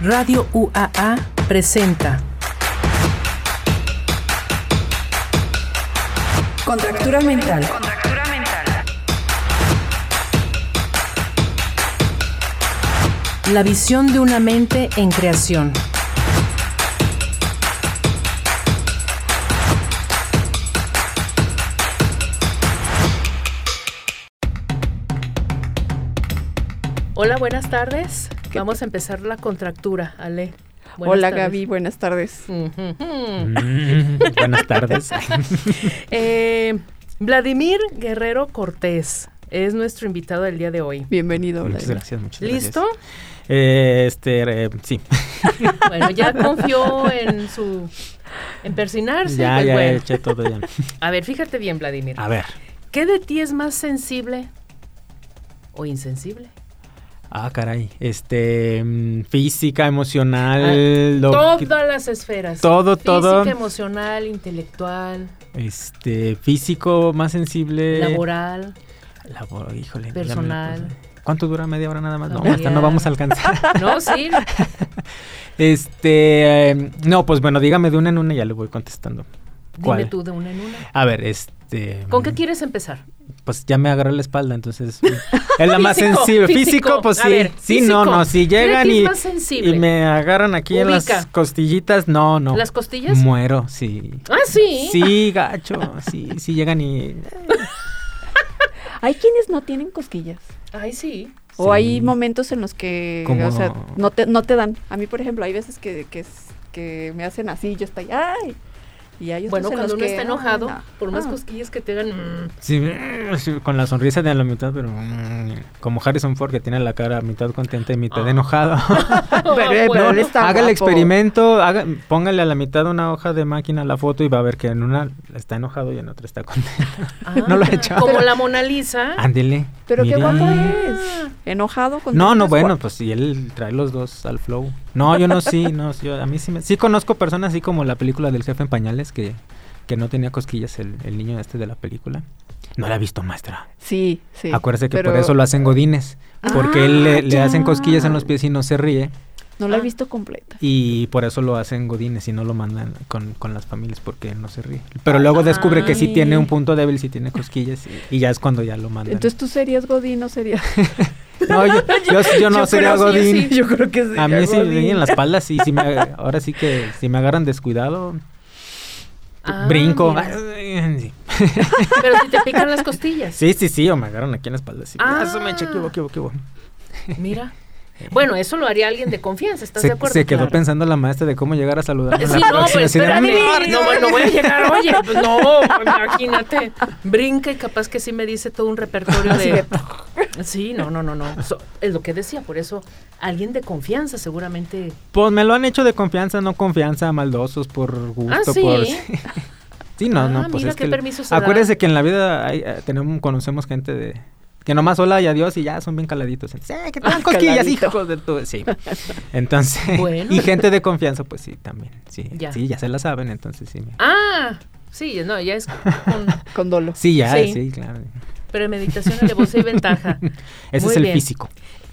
Radio UAA presenta Contractura Mental. Contractura mental. La visión de una mente en creación. Hola, buenas tardes. ¿Qué Vamos a empezar la contractura, Ale. Buenas Hola tardes. Gaby, buenas tardes. Ujujú. Mm, Buenas tardes. Eh, Vladimir Guerrero Cortés es nuestro invitado del día de hoy. Bienvenido. muchas Vladimir. gracias, muchas gracias. ¿Listo? Eh, este, eh, sí. Bueno, ya confió en su en persinarse. ya, pues ya bueno. eché todo ya. Ah. A ver, fíjate bien, Vladimir. A ver. ¿Qué de ti es más sensible o insensible? Ah, caray. Este, mm, física, emocional, Ah, lo que- Todas las esferas. todo, Física, todo. emocional, intelectual, Este, físico, más sensible. laboral. Labor- híjole. ya me la Personal. puse. ¿Cuánto dura media hora nada más? No, Media hasta no vamos a alcanzar. No, sí. Este, eh, no, pues bueno, dígame de una en una y ya le voy contestando. Dime ¿Cuál? tú de una en una. A ver, este. ¿Con qué quieres empezar? pues ya me agarró la espalda, entonces es la más Físico, sensible. Físico, físico, pues a sí, ver, sí, físico. no, no, si ¿Qué de llegan ti es y, más sensible? y me agarran aquí en las Ubica. costillitas, no, no. ¿Las costillas? Muero, sí. Ah, sí. Sí, gacho, sí, sí llegan y Hay quienes no tienen cosquillas. Ay, sí. O hay Sí. momentos en los que Como- o sea, no, te, no te dan. A mí, por ejemplo, hay veces que, que, es- que me hacen así, yo estoy, ¡ay! Y hay otros Bueno, en cuando los uno que, está "Ay, enojado, no". por unas Ah, cosquillas que te hagan. mm, sí, sí, con la sonrisa de la mitad, pero mm, como Harrison Ford que tiene la cara mitad contenta y mitad Ah. enojado. Pero, eh, No, pero él está haga el guapo. experimento, haga, póngale a la mitad una hoja de máquina a la foto y va a ver que en una está enojado y en otra está contento. no lo he ah, echado. Ah, Como la Mona Lisa. Ándele. Pero qué mire. guapo es. Enojado con No, no, bueno, pues si él trae los dos al flow. No, yo no sí, no, yo a mí sí me, sí conozco personas así como la película del jefe en pañales que, que no tenía cosquillas el, el niño este de la película. No la ha visto, maestra. Sí, sí. Acuérdese que por pero eso lo hacen godines, porque Ah, él le, le ya. hacen cosquillas en los pies y no se ríe No la he Ah. visto completa. y por eso lo hacen godines y no lo mandan con, con las familias porque él no se ríe. Pero luego descubre que sí Ay. tiene un punto débil, sí tiene cosquillas y, y ya es cuando ya lo mandan. Entonces tú serías Godín o serías. no, yo, yo- yo no Yo sería creo, sí, godín. sí. yo creo que A mí sí, Godín. en la espalda sí, sí me, ahora sí que si me agarran descuidado, Ah, brinco. mira. Pero si te pican las costillas. Sí, sí, sí, o me agarran aquí en la espalda. Sí. Ah. Ah, eso me echa, ¿qué hubo, qué hubo, qué hubo? Mira. Bueno, eso lo haría alguien de confianza, ¿estás de Se, acuerdo? se quedó Claro. pensando la maestra de cómo llegar a saludar. Sí, no, pero espérate, "Adivina". no, no voy a llegar, oye, pues no, imagínate, brinca y capaz que sí me dice todo un repertorio Así de... Sí, no, no, no, no, so- es lo que decía, por eso alguien de confianza seguramente... Pues me lo han hecho de confianza, no confianza, maldosos, por gusto, Ah, sí. por... Sí, no, Ah, no, pues mira es qué que... permiso se da. acuérdese que en la vida hay- eh, tenemos, conocemos gente de... Que nomás hola y adiós y ya son bien caladitos. Entonces, "Eh, que te Ah, dan cosquillas, Caladito. hijos de tu-". Sí. Entonces, Bueno. y gente de confianza, pues sí, también. Sí, Ya. sí, ya se la saben, entonces sí. me- Ah, sí, no, ya es con Con dolo. Sí, ya, Sí. sí, claro. premeditación, alevosía y ventaja. Ese Muy es el bien. físico. Ah,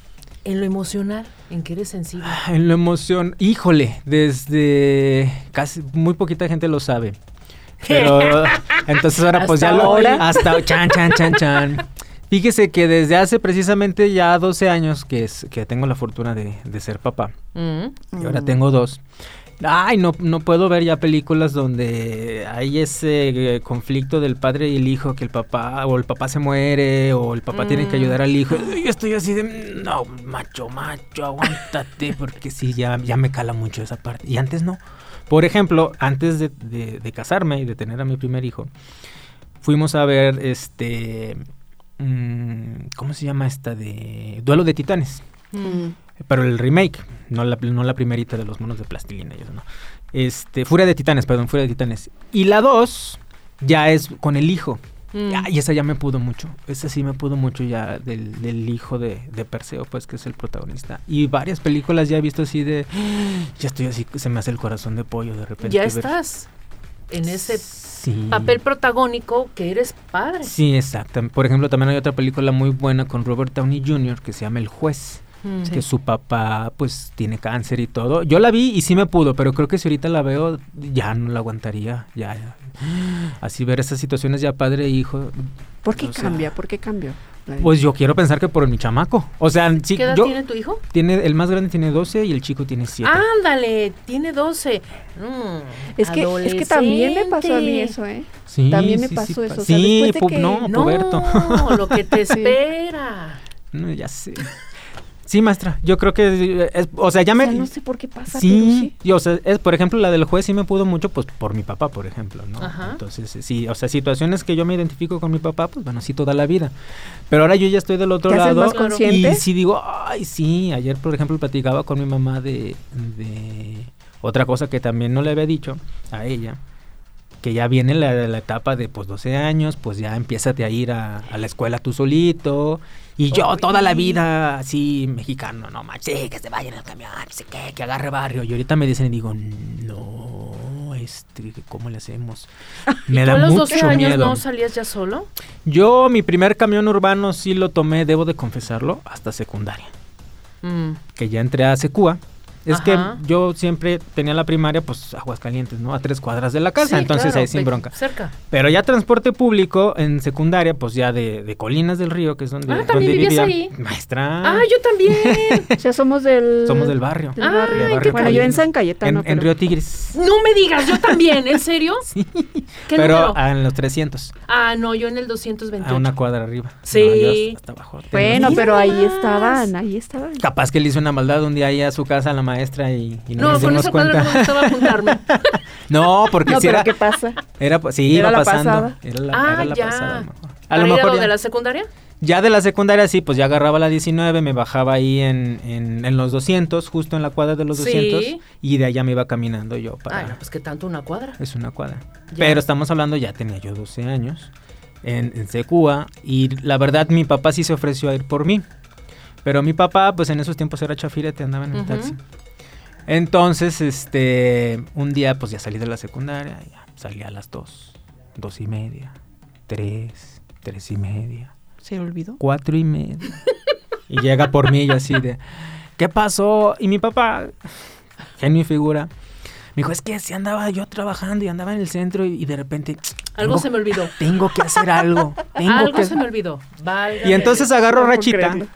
En lo emocional, en que eres sensible. En la emoción, híjole, desde casi muy poquita gente lo sabe. Pero entonces ahora pues Hasta ya lo ahora. hasta chan chan chan chan. Fíjese que desde hace precisamente ya 12 años que es que tengo la fortuna de, de ser papá. Mm. Y ahora Mm. tengo dos. Ay, no, no puedo ver ya películas donde hay ese eh, conflicto del padre y el hijo, que el papá, o el papá se muere, o el papá tiene que Mm. ayudar al hijo. Y Yo estoy así de, "Mm, no, macho, macho, aguántate, porque sí, ya, ya me cala mucho esa parte. Y antes no. Por ejemplo, antes de, de- de casarme y de tener a mi primer hijo, fuimos a ver este, mm, ¿cómo se llama esta? De Duelo de Titanes. Mm. Pero el remake, no la, no la primerita de los monos de plastilina y eso, no. Este, Furia de Titanes, perdón, Furia de Titanes. Y la 2 ya es con el hijo. Mm. Ah, y esa ya me pudo mucho. Esa sí me pudo mucho ya del, del hijo de, de Perseo, pues que es el protagonista. Y varias películas ya he visto así de. Ya estoy así, se me hace el corazón de pollo de repente. Ya ver- estás en ese Sí. papel protagónico que eres padre. Sí, exactamente. Por ejemplo, también hay otra película muy buena con Robert Downey Jr. que se llama El Juez. Mm. que su papá pues tiene cáncer y todo. Yo la vi y sí me pudo, pero creo que si ahorita la veo ya no la aguantaría, ya. ya. Así ver esas situaciones ya padre e hijo, ¿Por qué O sea, cambia? ¿Por qué cambió? pues yo quiero pensar que por mi chamaco. O sea, sí, ¿Qué edad yo tiene tu hijo? tiene el más grande tiene 12 y el chico tiene 7. Ah, Ándale, tiene 12. Mm, es que es que también me pasó a mí adolescente. eso, ¿eh? Sí, también me sí, pasó sí, eso, pa- o sea, sí, después de pub- que- no, No, puberto. lo que te Sí. espera. No, ya sé. Sí, maestra, yo creo que eh, es- o sea, ya O me sea, no sé por qué pasa, pero Sí, sí. y, o sea, es, por ejemplo, la del juez sí me pudo mucho, pues por mi papá, por ejemplo, ¿no? Ajá. Entonces, eh, sí, o sea, situaciones que yo me identifico con mi papá, pues bueno, sí toda la vida. Pero ahora yo ya estoy del otro ¿Te haces lado. más Claro. consciente? Y sí digo, ay, sí, ayer, por ejemplo, platicaba con mi mamá de, de otra cosa que también no le había dicho a ella, que ya viene la, la etapa de, pues, 12 años, pues ya empiezas a ir a, a la escuela tú solito, y yo toda la vida así mexicano, no manches, sí, que se vaya en el camión, no sé qué, que agarre barrio, y ahorita me dicen y digo, no, este, ¿cómo le hacemos? Me ¿Tú da a los 12 mucho años miedo. no salías ya solo? Yo mi primer camión urbano sí lo tomé, debo de confesarlo, hasta secundaria, Mm, que ya entré a Secua. Es Ajá. que yo siempre tenía la primaria, pues, Aguascalientes, ¿no? A tres cuadras de la casa, sí, entonces claro, pues. ahí sin pe- bronca. Cerca. Pero ya transporte público en secundaria, pues ya de, de Colinas del Río, que es donde, Ah, ¿también donde vivías vivía. ahí? Maestra, Ah, yo también. O sea, somos del somos del barrio. del Ay, barrio. qué barrio bueno, yo en Cayetano. San En, Cayetano, en pero- Río Tigres. no me digas, yo también, ¿en serio? Sí. ¿Qué Pero número? ah, en los 300, Ah, no, yo en el a 228. una cuadra arriba. No, Sí. pues. yo hasta abajo. Bueno, Mira pero ahí nomás. estaban, ahí estaban. Capaz que le hizo una maldad un día ahí a su casa a la maestra y, y no, no, nos con dimos esa cuadra cuenta. no me gustaba apuntarme. no, porque No, si pero era, ¿qué pasa? era, pues, sí, Era iba la pasando. pasada. Era la, Ah, era la ya. pasada. a lo mejor. A ¿Para lo ir mejor de ya, la secundaria? ya de la secundaria sí, pues ya agarraba la 19, me bajaba ahí en, en, en los 200, justo en la cuadra de los Sí. 200 y de allá me iba caminando yo para... Ah, no, pues que tanto una cuadra. Es una cuadra. Ya. Pero estamos hablando, ya tenía yo 12 años en, en Secua y la verdad mi papá sí se ofreció a ir por mí. Pero mi papá, pues en esos tiempos era chafirete, andaba en el Ujú. taxi. Entonces, este, un día pues ya salí de la secundaria, ya salí a las 2, 2 y media, 3, 3 y media, ¿Se olvidó? 4 y media. y llega por mí y yo así de, ¿qué pasó? Y mi papá, genio y figura, me dijo, es que si andaba yo trabajando y andaba en el centro y, y de repente... Algo tengo- se me olvidó. Tengo que hacer algo. tengo Algo que- se me olvidó. Válgame Y entonces agarro No puedo rachita Eh, creerlo.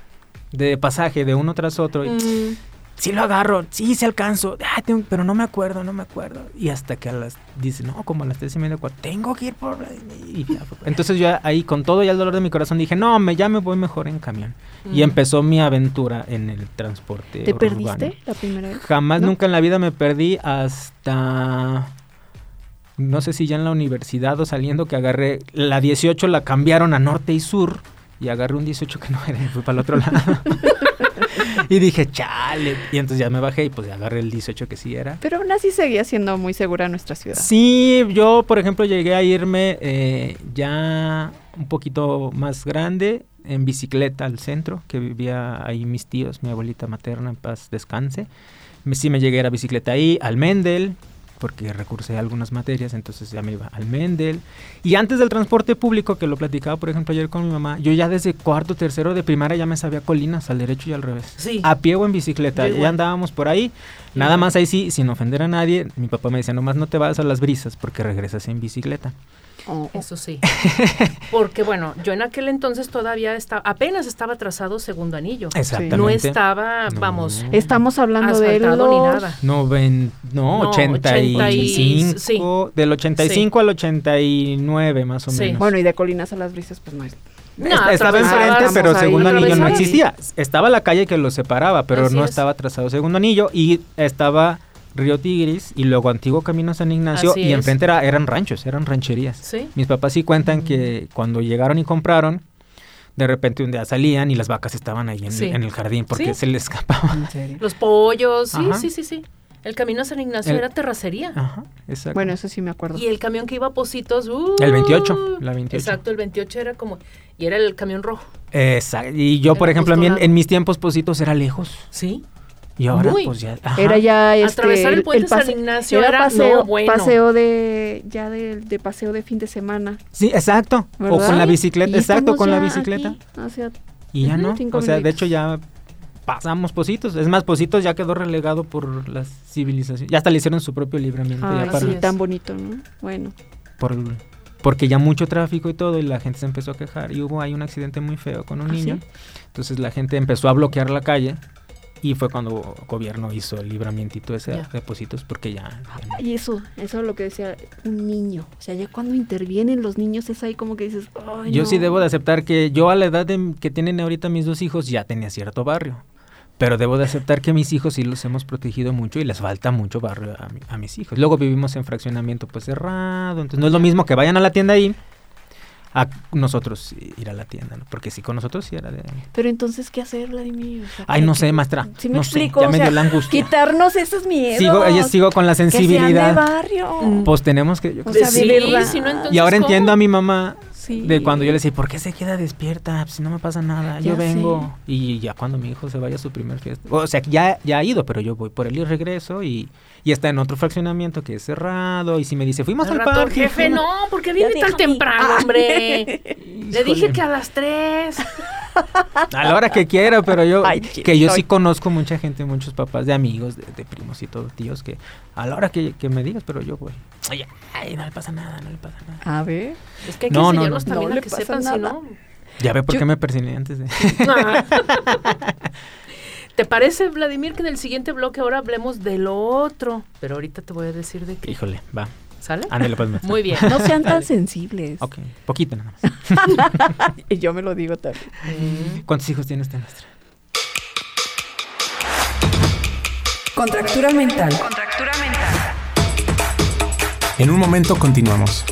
de pasaje de uno tras otro. Dios. Y, Mm, Sí lo agarro, sí, se alcanzo. Ah, tengo- pero no me acuerdo, no me acuerdo. Y hasta que a las... Dice, no, como a las tres y media, cuatro, tengo que ir por... y ya fue. entonces yo ahí con todo ya el dolor de mi corazón dije, no, me, ya me voy mejor en camión. Y mm. empezó mi aventura en el transporte. ¿Te urbano. perdiste la primera vez? Jamás, ¿No? nunca en la vida me perdí hasta... No sé si ya en la universidad o saliendo que agarré... La 18 la cambiaron a norte y sur y agarré un 18 que no era y fui para el otro lado. y dije, chale. Y entonces ya me bajé y pues ya agarré el 18 que sí era. Pero aún así seguía siendo muy segura nuestra ciudad. Sí, yo por ejemplo llegué a irme eh, ya un poquito más grande en bicicleta al centro, que vivía ahí mis tíos, mi abuelita materna, en paz descanse. Me- Sí me llegué a ir a bicicleta ahí, al Mendel, porque recursé algunas materias, entonces ya me iba al Mendel. Y antes del transporte público, que lo platicaba por ejemplo ayer con mi mamá, yo ya desde cuarto, tercero de primaria ya me sabía colinas al derecho y al revés. Sí. A pie o en bicicleta, Yo ya igual. andábamos por ahí. Nada Igual. más ahí sí, sin ofender a nadie, mi papá me decía, nomás no te vas a las brisas porque regresas en bicicleta. Oh, oh. Eso sí. Porque bueno, yo en aquel entonces todavía estaba, apenas estaba trazado segundo anillo. Exactamente. No estaba, vamos, No. Estamos hablando de los... asfaltado ni nada. Noven- no, No, 85, sí. del 85 al 89 más o Sí. menos. Bueno, y de colinas a las brisas, pues no es. No, Esta- estaba atravesábamos enfrente, pero ahí, segundo anillo no atravesábamos. existía. Estaba la calle que lo separaba, pero Así no es. estaba trazado segundo anillo y estaba Río Tigris y luego antiguo Camino San Ignacio Así y es. enfrente era, eran ranchos, eran rancherías. Sí. Mis papás sí cuentan que Mm. cuando llegaron y compraron, de repente un día salían y las vacas estaban ahí en, Sí. en el jardín porque Sí. se les escapaba. En serio. Los pollos, sí, Ajá. sí, sí, sí. El camino a San Ignacio El- Ah, era terracería. Ajá, exacto. Bueno, eso sí me acuerdo. Y el camión que iba a Positos, ¡uh! El 28, la 28. Exacto, el 28 era como, y era el camión rojo. Esa- Y yo, por Era ejemplo, a justo mí en, al lado. en mis tiempos Positos era lejos. Sí. Y ahora, Muy. pues ya. ajá. Era ya este, Atravesar el puente San pase- Ignacio era, paseo, no, bueno. paseo de ya de, de paseo de fin de semana. Sí, exacto. O ¿verdad? con la Y bicicleta. Exacto, estamos con la ya bicicleta. aquí, o sea, Y ya Ujú, no. cinco O sea, de minutos. hecho ya pasamos Positos. Es más, Positos ya quedó relegado por las civilizaciones. Ya hasta le hicieron su propio libramiento. Ay, ya para- ah, sí, tan bonito, ¿no? Bueno. por el- porque ya mucho tráfico y todo, y la gente se empezó a quejar. Y hubo ahí un accidente muy feo con un ¿Ah, niño. Entonces la gente empezó a bloquear la calle. Y fue cuando gobierno hizo el libramiento ese Ya. de Positos, porque ya. ya no. Y eso, eso es lo que decía un niño. O sea, ya cuando intervienen los niños es ahí como que dices, ay, Yo no. sí debo de aceptar que yo a la edad de- que tienen ahorita mis dos hijos ya tenía cierto barrio. Pero debo de aceptar que mis hijos sí los hemos protegido mucho y les falta mucho barrio a, mi- a mis hijos. Luego vivimos en fraccionamiento pues cerrado, entonces no es lo mismo que vayan a la tienda ahí a nosotros ir a la tienda, ¿no? porque sí con nosotros sí era de... Pero entonces, ¿qué hacer, Vladimir? O sea, Ay, no ¿qué- sé, maestra. Sí me no explico, sé, ya o me dio sea, la angustia. Quitarnos esos miedos. Sigo, ella- sigo con la Que sean de sensibilidad. barrio. Mm. Pues tenemos que... yo O sea, creo- sí, de verdad. si no, entonces, y ahora ¿cómo? entiendo a mi mamá Sí. De cuando yo le decía, ¿por qué se queda despierta? Pues, Si no me pasa nada, yo Ya vengo. Y ya cuando mi hijo se vaya a su primer fiesta. O sea, que ya, ya ha ido, pero yo voy por él y regreso y, y está en otro fraccionamiento que es cerrado. Y si me dice, fuimos Al al, rato, parque. jefe, fuimos-". no, porque viene tan déjame. temprano, Ah. hombre. Le Híjole, dije que a las tres. A la hora que quiera, pero yo. Ay, que yo sí estoy. conozco mucha gente, muchos papás de amigos, de, de primos y todo, tíos, que a la hora que, que me digas, pero yo voy. Ay, ay, no le pasa nada, no le pasa nada. A ver. Es que hay que No, no, enseñarlos no. también No a le que pasa sepan, si nada. no. Ya ve por Yo- qué me persiné antes de. ¿Te parece, Vladimir, que en el siguiente bloque ahora hablemos del otro? Pero ahorita te voy a decir de qué. Híjole, va. ¿Sale? Ándale, pues. maestra. Muy bien. No sean tan sensibles. Ok, poquito nada más. Y yo me lo digo también. Eh, ¿Cuántos hijos tiene usted, maestra? Contractura mental. En un momento continuamos.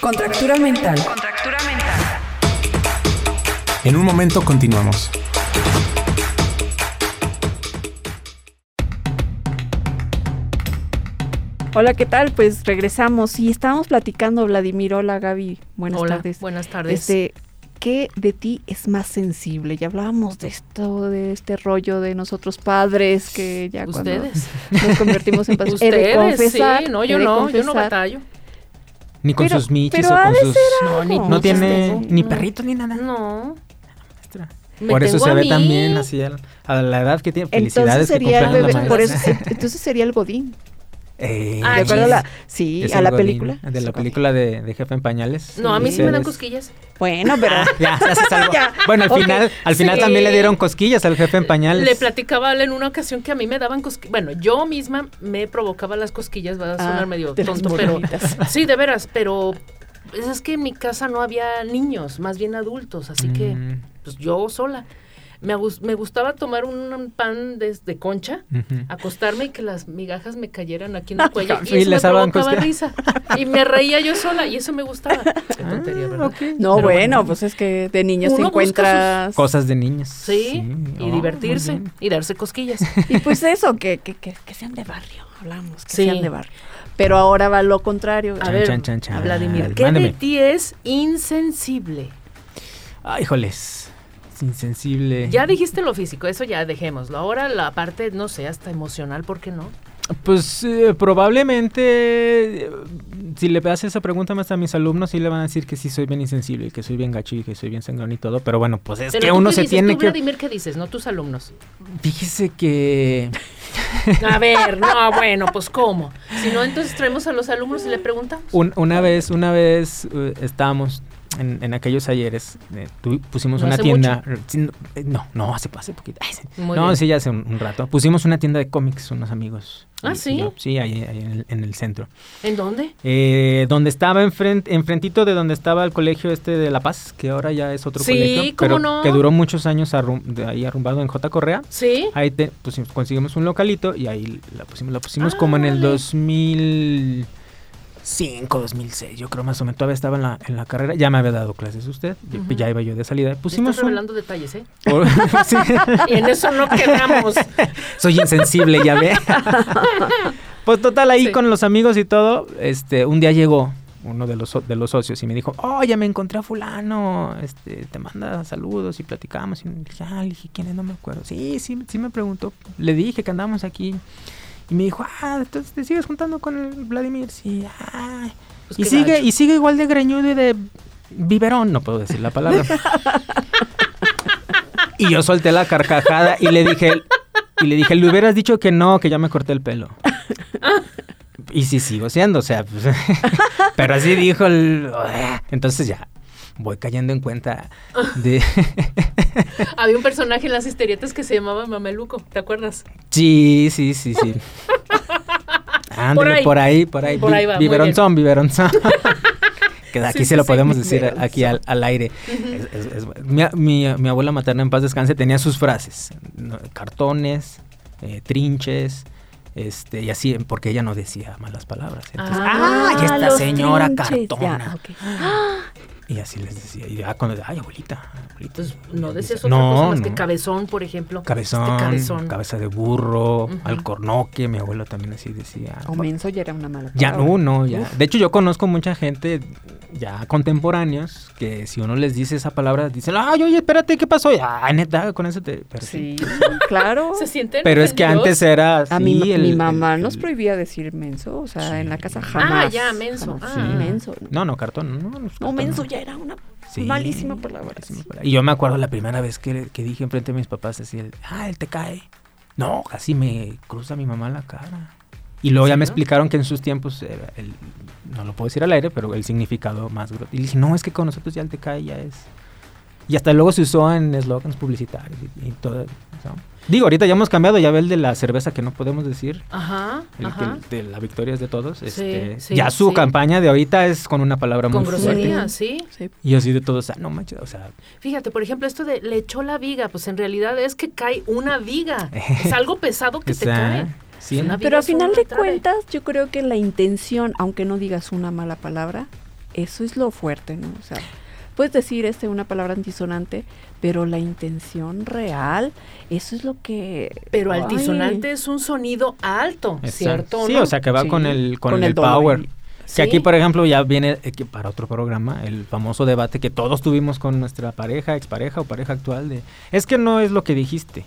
Contractura mental. Contractura mental. En un momento continuamos. Hola, ¿qué tal? Pues regresamos y estábamos platicando, Vladimir. Hola, Gaby. Buenas Hola, tardes. buenas tardes. Este, ¿Qué de ti es más sensible? Ya hablábamos de esto, de este rollo de nosotros padres que ya cuando Ustedes. nos convertimos en padres. He de Ustedes, confesar, sí. No, he yo de no, yo no confesar. batallo. Ni con Pero- sus michis pero o ha con de sus. ser No, ni, algo. no tiene Ustedes, ni no. perrito ni nada. este, No. Me Por eso tengo se a ve mí. también así al- a la edad que tiene. Entonces Felicidades que sería el cumplieron bebé, la por madurez. eso, entonces sería el godín. Eh, Ah, ¿De acuerdo a la, chis. sí, es a el la Godín, película? De la Ok. película de, de Jefe en Pañales. No, a mí sí me dan Ustedes- Ah, cosquillas. Bueno, pero Ya, ya se salvó. Bueno, al Ok, final, al final sí. también le dieron cosquillas al jefe en pañales. Le platicaba a Ale en una ocasión que a mí me daban cosquillas. Bueno, yo misma me provocaba las cosquillas, va a sonar Ah, medio de las tonto, pero. morritas. Sí, de veras, pero. pues, Es que en mi casa no había niños, más bien adultos, así que Mm, pues yo sola. Me, agus- me gustaba tomar un pan de, de concha, ujú. acostarme y que las migajas me cayeran aquí en el cuello. Y Y eso Ah, les me daban provocaba cosquillas. risa. Y me reía yo sola y eso me gustaba. Qué Ah, tontería, ¿verdad? ok. No, Pero bueno, pues es que de niños te Uno busca sus encuentras Cosas de niños. Sí, oh, y muy divertirse bien. y darse cosquillas. Y pues eso, que, que, que, que sean de barrio, hablamos, que Sí. Ah, sean de barrio. Pero ahora va lo contrario. A Chan, ver, chan, chan, chan. Vladimir, ¿qué Mándame. de ti es insensible? Ah, híjoles. Es insensible. Ya dijiste lo físico, eso ya dejémoslo. Ahora la parte, no sé, hasta emocional, ¿por qué no? Pues eh, probablemente, eh, si le haces esa pregunta más a mis alumnos, sí le van a decir que sí soy bien insensible, y que soy bien gacho y que soy bien sangrón y todo. Pero bueno, pues es Pero que tú uno qué se dices, tiene tú, que... Vladimir, ¿qué dices? No tus alumnos. Fíjese que... A ver, no, bueno, pues ¿cómo? Si no, entonces traemos a los alumnos y le preguntamos. Un- una vez, una vez eh, estábamos en, en aquellos ayeres, eh, tu- pusimos ¿No una hace tienda. sí, no, eh, No, no, hace, hace poquito. ay, sí. Muy no, bien. sí, ya hace un, un rato. Pusimos una tienda de cómics, unos amigos. Ah, y- y ¿sí? yo, sí, ahí, ahí en, el, en el centro. ¿En dónde? Eh, donde estaba enfrente, enfrentito de donde estaba el colegio este de La Paz, que ahora ya es otro Sí, colegio. ¿cómo pero no? Que duró muchos años arrum- de ahí arrumbado en J. Correa. Sí. Ahí te- pusim- conseguimos un localito y ahí la pusimos, la pusimos como en el Ándale. 2005, 2006, yo creo más o menos. Todavía estaba en la, en la carrera, ya me había dado clases usted, yo- Ujú. ya iba yo de salida. Estás Pusimos un... revelando detalles, ¿eh? Sí. Y en eso no quedamos. Pues, Soy insensible, ya ve. pues total, ahí Sí. con los amigos y todo, este, un día llegó uno de los, so- de los socios y me dijo, oh, ya me encontré a fulano, este, te manda saludos y platicamos. Y le dije, ah, le dije, ¿quién es? No me acuerdo. Sí, sí, sí me preguntó. Le dije que andábamos aquí. Y me dijo, ah, entonces te sigues juntando con el Vladimir. Sí, ah. Pues y, qué sigue, gacho. y sigue igual de greñudo y de biberón, no puedo decir la palabra. y yo solté la carcajada y le dije, y le dije, le hubieras dicho que no, que ya me corté el pelo. y sí sigo siendo, o sea, pues, pero así dijo el... Entonces ya, voy cayendo en cuenta de... Había un personaje en las historietas que se llamaba Mameluco, ¿te acuerdas? sí, sí, sí, sí. Ándale, ahí. por ahí, por ahí. Por ahí va, muy bien. Biberonzón, biberonzón. Que Sí, aquí sí, sí, lo sí, podemos decir a- aquí al, biberonzón. al aire. Es- es- es- mi, mi- mi abuela materna en paz descanse tenía sus frases, ¿no? cartones, eh, trinches, este y así, porque ella no decía malas palabras. Entonces, Ah, ah, y esta los señora trinches, cartona. ya, ok. Y así les decía. Y ya cuando, ay, abuelita, abuelita. Pues abuelita". no decías otra cosa más que cabezón, por ejemplo. Cabezón, Este cabezón. cabeza de burro, Ujú. alcornoque, mi abuelo también así decía. O menso ya era una mala Ya palabra. no, no, ya. Uf. De hecho, yo conozco mucha gente ya contemporáneos que si uno les dice esa palabra, dicen, ay, oye, espérate, ¿qué pasó? Y, Ah, neta, con eso te... Pero, sí. Sí, pues claro. Se sienten Pero es que antes ofendidos. era A mi, así, ma- el- mi el- mamá nos el- prohibía decir menso, o sea, Sí. en la casa jamás. Ah, ya, menso, jamás. ah. Sí, menso. No, no, cartón, no. No, cartón, No, menso no. ya era una Sí, malísima palabra. malísima sí. palabra. Y yo me acuerdo la primera vez que, que dije enfrente de mis papás, así, el, ah, él te cae. No, casi me cruza mi mamá la cara. Y luego Sí, ya me ¿no? explicaron que en sus tiempos, era el- no lo puedo decir al aire, pero el significado más grosso. Y dije, no, es que con nosotros ya el te cae ya es. Y hasta luego se usó en eslogans publicitarios y, y todo. ¿no? Digo, ahorita ya hemos cambiado, ya ve el de la cerveza que no podemos decir. Ajá, El que- ajá. de la victoria es de todos. este, sí, ya su sí. campaña de ahorita es con una palabra Con muy fuerte. grosería, sí. Sí. Y así de todos, ah, no manches, o sea, Fíjate, por ejemplo, esto de le echó la viga, pues en realidad es que cae una viga. Es algo pesado que te esa- cae. sí, Una ¿no? vi- Pero a Digas una final de otra vez. cuentas, yo creo que la intención, aunque no digas una mala palabra, eso es lo fuerte, ¿no? O sea, puedes decir este una palabra antisonante, pero la intención real, eso es lo que Pero ay, altisonante es un sonido alto, Exacto. ¿cierto? Sí, no? o sea que va Sí, con el, con con el, el tono power. y- Que aquí, Sí. por ejemplo, ya viene eh, que para otro programa el famoso debate que todos tuvimos con nuestra pareja, expareja o pareja actual de, es que no es lo que dijiste,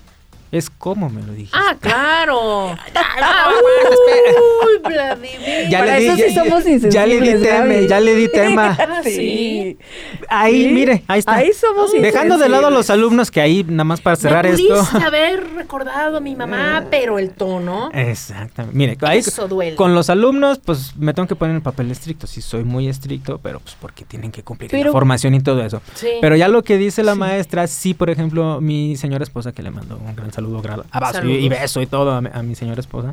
es cómo me lo dijiste. Ah, claro. Ah, Uy, Vladimir. Ya Para le eso di- sí somos ya le di insensibles, tema, Gaby. ya le di tema. Ah, sí. Ahí, Sí. mire, ahí está. Ahí somos Dejando de lado a los insensibles. alumnos que ahí, nada más para cerrar Me esto. pudiste haber recordado a mi mamá, pero el tono. Exactamente. Mire, Eh, ahí Eso duele. con los alumnos, pues me tengo que poner en papel estricto. Sí, soy muy estricto, pero pues porque tienen que cumplir la Pero- formación y todo eso. Sí. Pero ya lo que dice la maestra, sí, por ejemplo, mi señora esposa, que le mando un gran saludo, gra- abrazo y, y Saludos. beso y todo a mi, a mi señora esposa,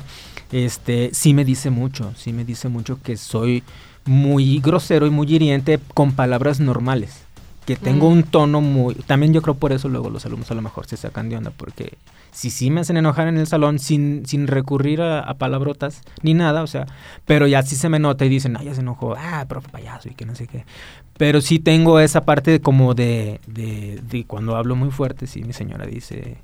este, sí me dice mucho, sí me dice mucho que soy muy grosero y muy hiriente con palabras normales. Que tengo Mm. un tono muy... También yo creo por eso luego los alumnos a lo mejor se sacan de onda, porque si sí me hacen enojar en el salón sin, sin recurrir a, a palabrotas ni nada, o sea, pero ya sí se me nota y dicen, ah, ya se enojó, ah, profe payaso y que no sé qué. Pero sí tengo esa parte de como de, de, de cuando hablo muy fuerte, sí, mi señora dice,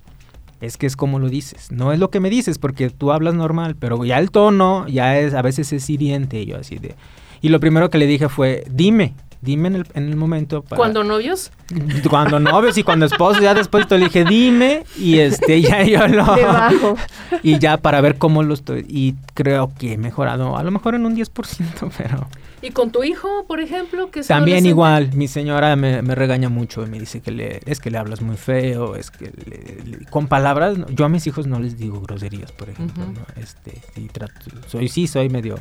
es que es como lo dices, no es lo que me dices, porque tú hablas normal, pero ya el tono ya es, a veces es hiriente, y yo así de... Y lo primero que le dije fue, dime, dime en el, en el momento para... Cuando novios, Cuando novios y cuando esposos, ya después te le dije, dime, y este, ya yo lo... Debajo. Y ya para ver cómo lo estoy, y creo que he mejorado, a lo mejor en un 10%, pero... y con tu hijo, por ejemplo, que es También adolescente? igual, mi señora me, me regaña mucho y me dice que le, es que le hablas muy feo, es que le- le- con palabras, no- yo a mis hijos no les digo groserías, por ejemplo, Ujú. ¿no? Este, sí trato- soy, sí, soy medio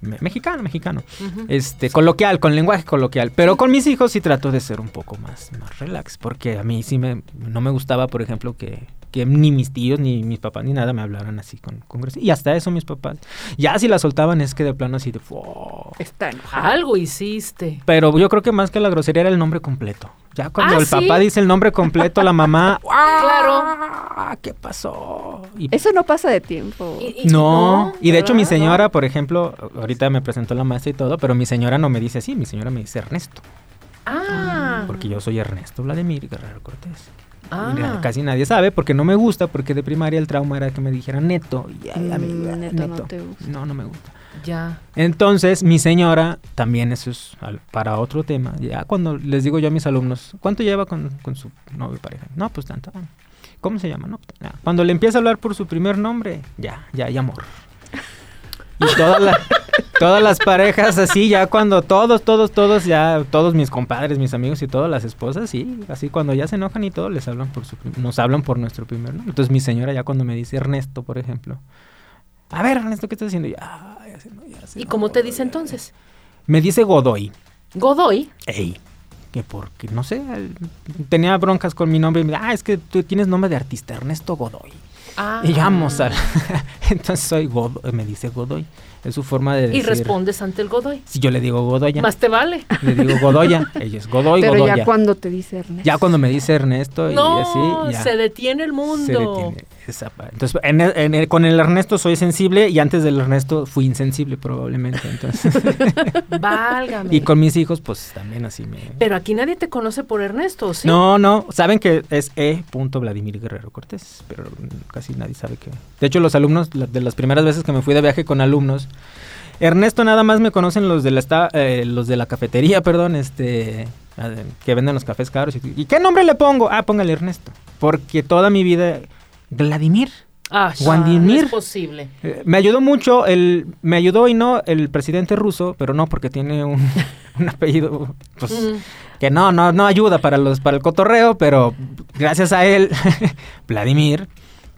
me- mexicano, mexicano, Ujú. este, coloquial, con lenguaje coloquial, pero con mis hijos sí trato de ser un poco más, más relax, porque a mí sí me, no me gustaba, por ejemplo, que, que ni mis tíos, ni mis papás, ni nada me hablaran así con, con groserías, y hasta eso mis papás, ya si la soltaban es que de plano así de, "Fua". Está enojado. Algo hiciste. Pero yo creo que más que la grosería era el nombre completo. Ya cuando Ah, el ¿sí? papá dice el nombre completo, la mamá. Claro. "Ah, ¿Qué pasó? Y- Eso no pasa de tiempo. Y- y- no. Y de hecho, mi ¿verdad? señora, por ejemplo, ahorita me presentó la maestra y todo, pero mi señora no me dice así, mi señora me dice Ernesto. Ah. Porque yo soy Ernesto Vladimir Guerrero Cortés. ah. Y na- casi nadie sabe porque no me gusta, porque de primaria el trauma era que me dijeran neto. Y, ay, a mí, Mm, neto no te gusta. No, no me gusta. Ya. Entonces, mi señora, también eso es al- para otro tema. Ya cuando les digo yo a mis alumnos, ¿cuánto lleva con, con su novio y pareja? No, pues tanto. Ah, ¿Cómo se llama? No, pues, nada. Cuando le empieza a hablar por su primer nombre, ya, ya hay amor. Y toda la- todas las parejas así, ya cuando todos, todos, todos, ya todos mis compadres, mis amigos y todas las esposas, sí, así cuando ya se enojan y todo, les hablan por su, prim- nos hablan por nuestro primer nombre. Entonces mi señora ya cuando me dice Ernesto, por ejemplo, a ver Ernesto, ¿qué estás haciendo? Y, "Ah, ya se no- ya se ¿Y enojó, cómo te dice ya". entonces? Me dice Godoy. Godoy. Ey. Que porque, no sé, al- tenía broncas con mi nombre y me ah, es que tú tienes nombre de artista, Ernesto Godoy. Ah. Y vamos al... Entonces soy Godoy, me dice Godoy. Es su forma de decir... Y respondes ante el Godoy. Si yo le digo Godoya, Más te vale. le digo Godoya, ella es Godoy, Pero Godoya. ya cuando te dice Ernesto. Ya cuando me dice Ernesto y No, así, ya se detiene el mundo. se detiene esa pa- Entonces, en el- en el- con el Ernesto soy sensible y antes del Ernesto fui insensible probablemente. Entonces, Válgame. y con mis hijos, pues también así me... Pero aquí nadie te conoce por Ernesto, ¿sí? No, no, saben que es E. Vladimir Guerrero Cortés, pero mm, casi nadie sabe que. De hecho, los alumnos, la- de las primeras veces que me fui de viaje con alumnos, Ernesto nada más me conocen los de la esta- eh, los de la cafetería, perdón, este a- de- que venden los cafés caros. Y, ¿y qué nombre le pongo? Ah, póngale Ernesto, porque toda mi vida Vladimir. Ah, Wandimir. No es posible. Eh, me ayudó mucho el me ayudó y no el presidente ruso, pero no porque tiene un, un apellido pues Mm. que no, no, no ayuda para los, para el cotorreo, pero gracias a él, Vladimir,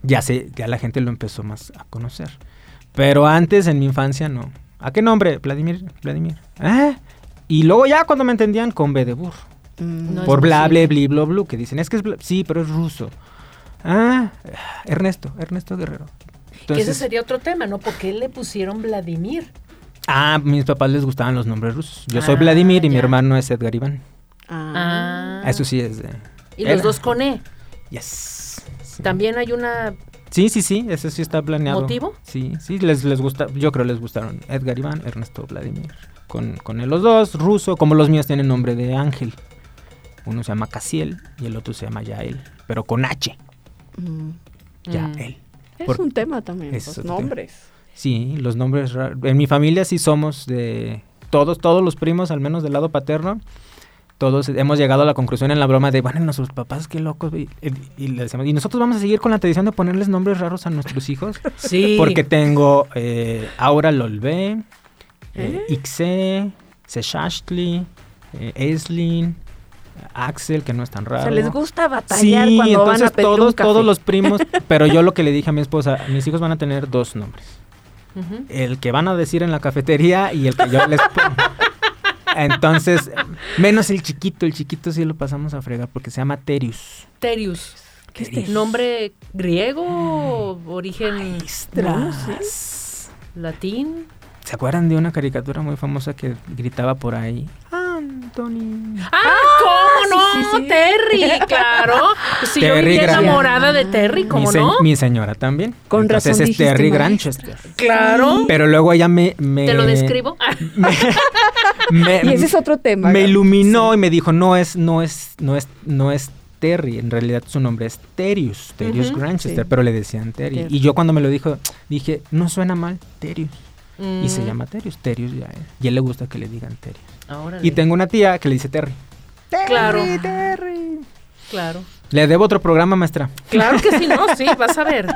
ya sé, ya la gente lo empezó más a conocer. Pero antes, en mi infancia, no. ¿A qué nombre? Vladimir, Vladimir. ¿Ah? Y luego ya cuando me entendían, con B de burro. Mm, No es por bla, bla, posible. bli, blo, blu, que dicen, es que es bla- sí, pero es ruso. Ah, Ernesto, Ernesto Guerrero. Que ese Entonces, sería otro tema, ¿no? ¿Por qué le pusieron Vladimir? ah, mis papás les gustaban los nombres rusos. Yo soy Ah, Vladimir y mi ya. Ah. hermano es Edgar Iván. ah. Eso sí es de... Y los era. dos con E. Yes. Sí. También hay una Sí, sí, sí, eso sí está planeado. ¿Motivo? Sí, sí, les, les gusta, yo creo les gustaron Edgar Iván, Ernesto Vladimir, con, con él los dos, ruso, como los míos tienen nombre de ángel. Uno se llama Casiel y el otro se llama Yael, pero con H, Mm. Yael. Es Por- un tema también, es los otro tema. nombres. Sí, los nombres, ra- en mi familia sí somos de todos, todos los primos, al menos del lado paterno, todos hemos llegado a la conclusión en la broma de, bueno, nuestros papás, qué locos, güey", y, y le decíamos, "Y nosotros vamos a seguir con la tradición de ponerles nombres raros a nuestros hijos. Sí. Porque tengo eh, Aura Lolbe, Ah. eh, Ixe, Seshashtli, eh, Aislinn, Axel, que no es tan O raro. sea, les gusta Sí, batallar cuando van a entonces pedir un todos, café. todos los primos, pero yo lo que le dije a mi esposa, mis hijos van a tener dos nombres. Ujú. El que van a decir en la cafetería y el que yo les pongo. Entonces, menos el chiquito, el chiquito sí lo pasamos a fregar porque se llama Terius. Terius. Ah, ¿Qué es eso? ¿Nombre griego o origen Maestras. latín? ¿Se acuerdan de una caricatura muy famosa que gritaba por ahí? Anthony. ¡Ah, cómo no! sí, sí, sí. Terry, claro. Si yo Terry vivía Gran- enamorada de Terry, mi, ¿cómo se- no? mi señora también. Con Entonces razón es Terry dijiste Granchester. Claro. Pero luego ella me... me- Te lo describo. Me, me- Y ese es otro tema. me Gaby. iluminó y me dijo, no es, no es, no es, no es Terry. En realidad su nombre es Terius, Terius Ujú, Granchester, sí. pero le decían Terry. Terry. Y yo cuando me lo dijo, dije, no suena mal, Terius. Y se Mm, llama Terius, Terius ya. eh. Y a él le gusta que le digan Terius. órale. Y tengo una tía que le dice Terry. Terry, Claro. Terry. Claro. Le debo otro programa, maestra. Claro que sí, no, sí, vas a ver.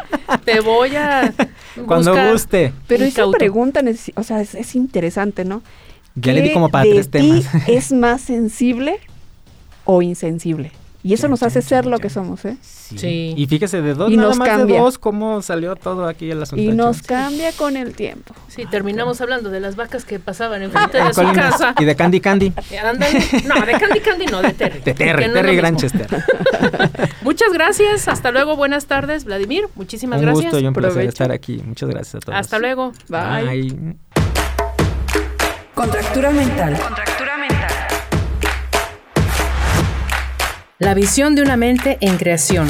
Te voy a. Cuando buscar. guste. Pero esa Incauto. pregunta, neces- o sea, es, es interesante, ¿no? Ya le di ¿Qué como para de ti tres temas. ¿Es más sensible o insensible? Y eso Chan, nos hace chan, ser chan, lo que chan. somos, ¿eh? Sí. Y fíjese, de dos, Y nada nos más de cambia. dos, cómo salió todo aquí el asunto. Y nos cambia cambia con el tiempo. Sí, terminamos hablando de las vacas que pasaban enfrente de su casa. Ah, Y de Candy Candy. Ándale. No, de Candy Candy no, de Terry. De Terry, Porque no es Terry lo mismo. Granchester. Muchas gracias. Hasta luego. Buenas tardes, Vladimir. Muchísimas un gracias. gusto y un placer Provecho. estar aquí. Muchas gracias a todos. Hasta luego. Bye. Bye. Contractura mental. Contractura mental. La visión de una mente en creación.